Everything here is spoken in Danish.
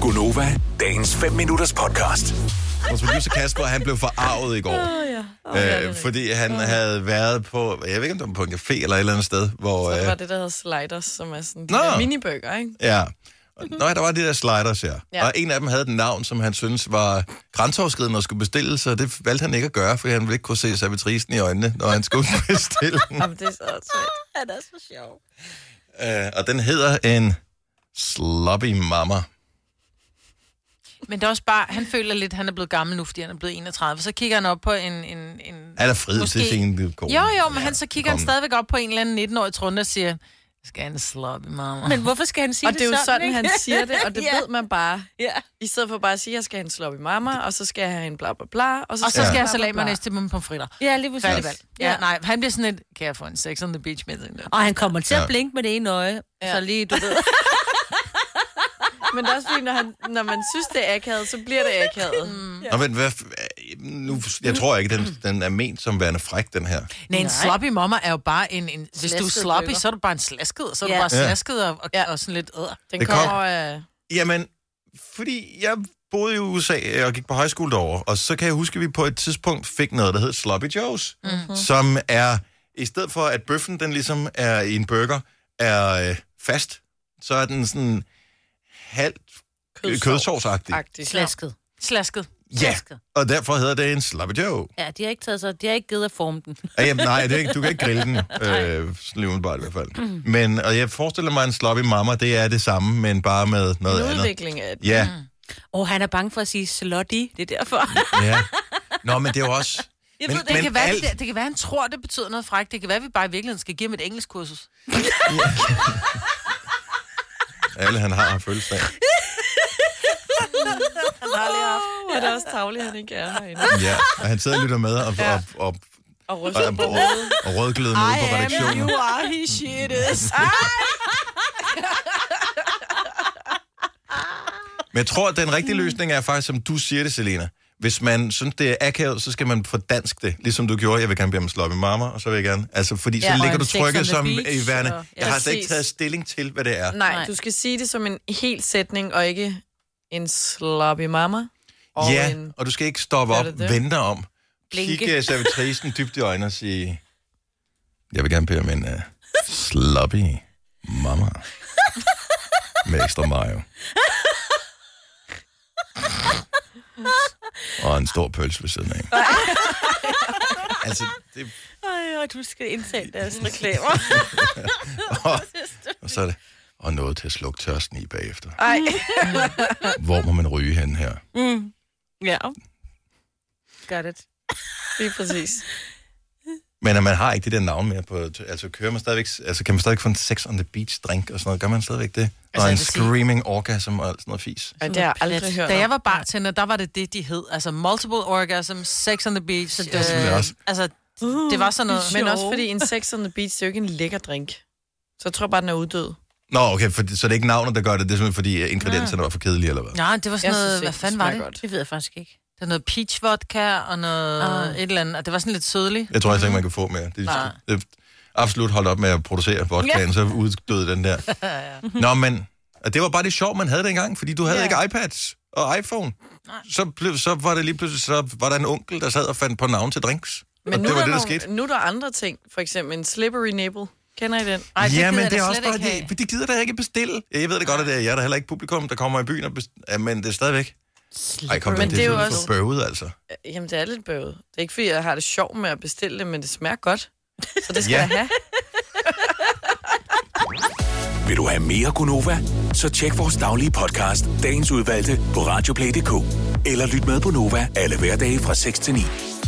Gunova, dagens 5 minutters podcast. Vores producer Kasper, han blev forarvet i går. Oh, ja. oh, øh, fordi han havde været på, jeg ved ikke om det var på en café eller et eller andet sted, hvor... Det Øh, var det, der hedder sliders, som er sådan de Nå. der miniburger, ikke? ja. Nå, ja, der var de der sliders her. Ja. Ja. Og en af dem havde et navn, som han syntes var grænseoverskridende og skulle bestille, så det valgte han ikke at gøre, fordi han ville ikke kunne se servitrisen i øjnene, når han skulle bestille den. Jamen, det er så sødt. Han er så sjov. Øh, og den hedder en sloppy mama. Men det er også bare, han føler lidt, at han er blevet gammel nu, fordi han er blevet 31. Så kigger han op på en... en, en Han er frid Måske- til sin kone. jo, jo, men han, så kigger han kom. stadigvæk op på en eller anden 19-årig trunde og siger, skal han sloppe, mamma? Men hvorfor skal han sige Og det er jo sådan, ikke? han siger det, og det ja. ved man bare. Ja. I stedet for bare at sige, at jeg skal have en slop i mamma, og så skal jeg have en bla bla bla, og så, Og så skal jeg ja. have jeg salat bla, bla, bla. næste til med pomfritter. ja, lige præcis. Færdigvalg. Ja. ja, nej, han bliver sådan et, kan jeg få en sex on the beach med den der? Og han kommer til Ja. at blinke med det ene øje. Ja. Ja. Så lige, du ved. Men det er også fordi, når, han, når man synes, det er akavet, så bliver det akavet. Mm. Nå, men hvad, f- nu, jeg tror ikke, den, den er ment som værende fræk, den her. Nej, en sloppy mamma er jo bare en, en hvis du er Slasket sloppy, burger. så er du bare en slasket, og så er du Ja. bare Ja. slasket og, og, Ja. og sådan lidt æder. Den Det kom- kommer af... Jamen, fordi jeg boede i USA og gik på højskole derovre, og så kan jeg huske, at vi på et tidspunkt fik noget, der hed Sloppy Joes, mm-hmm. som er, i stedet for at bøffen, den ligesom er i en burger, er øh, fast, så er den sådan halvt Kødsovs. kødsovsagtig. Agtigt. Slasket. Slasket. Ja, Flasket. og derfor hedder det en Sloppy Joe. Ja, de har ikke taget sig, de har ikke givet at forme den. Ah, Jamen, nej, det er ikke, du kan ikke grille den, øh, lige umiddelbart i hvert fald. Men, og jeg forestiller mig, en sloppy mamma, det er det samme, men bare med noget Mm. En andet. udvikling af det. Ja, Og han er bange for at sige slutty, det er derfor. ja. Nå, men det er jo også... Jeg men, Men, det, men kan være, alt- det, det kan være, han tror, det betyder noget frækt. Det kan være, vi bare i virkeligheden skal give ham et engelsk kursus. Alle, han har, har fødselsdag. Han har lige haft. Ja, det er også tavligt, han ikke er herinde. Ja, og han sidder og lytter med og, og, og, og, Og og, ryster og, og, og rødgløder med ude på redaktionen. are, he shit is. Men jeg tror, at den rigtige løsning er faktisk, som du siger det, Selena. Hvis man synes, det er akavet, så skal man fordanske det, ligesom du gjorde. Jeg vil gerne blive med sloppy mamma, og så vil jeg gerne... Altså, fordi ja, Ja, så og ligger en du sex on trykket the som beach, i værne. og- Jeg har slet ikke Præcis. taget stilling til, hvad det er. Nej, Nej. du skal sige det som en hel sætning, og ikke en sloppy mamma. Og Ja, en, og du skal ikke stoppe op, Gør det det? vente om. Blinke. Kigge servitrisen dybt i øjnene og sige, jeg vil gerne bede om en uh, sloppy mamma med ekstra mayo. og en stor pølse ved siden af. altså, det, Ej, og du skal indsende deres reklamer. og, og så er det, og noget til at slukke tørsten i bagefter. ej, Hvor må man ryge hen her? ja. Got it. lige præcis. Men at man har ikke det der navn mere på... Altså, kører man stadigvæk, altså kan man stadigvæk få en sex on the beach drink og sådan noget? Gør man stadigvæk det? Altså, og jeg en vil sige- screaming orgasm og alt sådan noget fis. Ej, det har jeg aldrig Plet. hørt Da om. jeg var bartender, der var det det, de hed. Altså multiple orgasm, sex on the beach. Så selvfølgelig også. Altså, Uh. det var sådan noget. Men også fordi en sex on the beach, det er jo ikke en lækker drink. Så jeg tror bare, den er uddød. Nå, okay, for, så det er ikke navnet, der gør det. Det er simpelthen, fordi øh, ingredienserne var for kedelige, eller hvad? Nej, det var sådan Jeg noget, synes hvad ikke, fanden var det? smager Godt. Godt. Det ved jeg faktisk ikke. Det var noget peach vodka og noget Ah. et eller andet. Og det var sådan lidt sødligt. Jeg tror altså ikke, man kan få mere. Det, Nej. det, det absolut holdt op med at producere vodkaen, så uddøde den der. Nå, men og det var bare det sjov, man havde dengang, fordi du havde Ja. ikke iPads og iPhone. Så, blev, så var det lige pludselig, så var der en onkel, der sad og fandt på navn til drinks. Men og nu, det var er det, der nogle, skete. nu er der andre ting. For eksempel en slippery nipple. Kender I den? Ej, det ja, gider men jeg det er da også slet bare, ikke have. de, de gider da ikke bestille. Jeg ved det godt, at det er jer, der er heller ikke publikum, der kommer i byen, og best... ja, men det er stadigvæk... Ej, kom, Men det, det er jo også... bøvet, altså. Jamen, det er lidt bøvet. Det er ikke, fordi jeg har det sjovt med at bestille det, men det smager godt. Så det skal Ja. jeg have. Vil du have mere Gunova? Så tjek vores daglige podcast, dagens udvalgte, på radioplay.dk. Eller lyt med på Nova alle hverdage fra 6 til 9.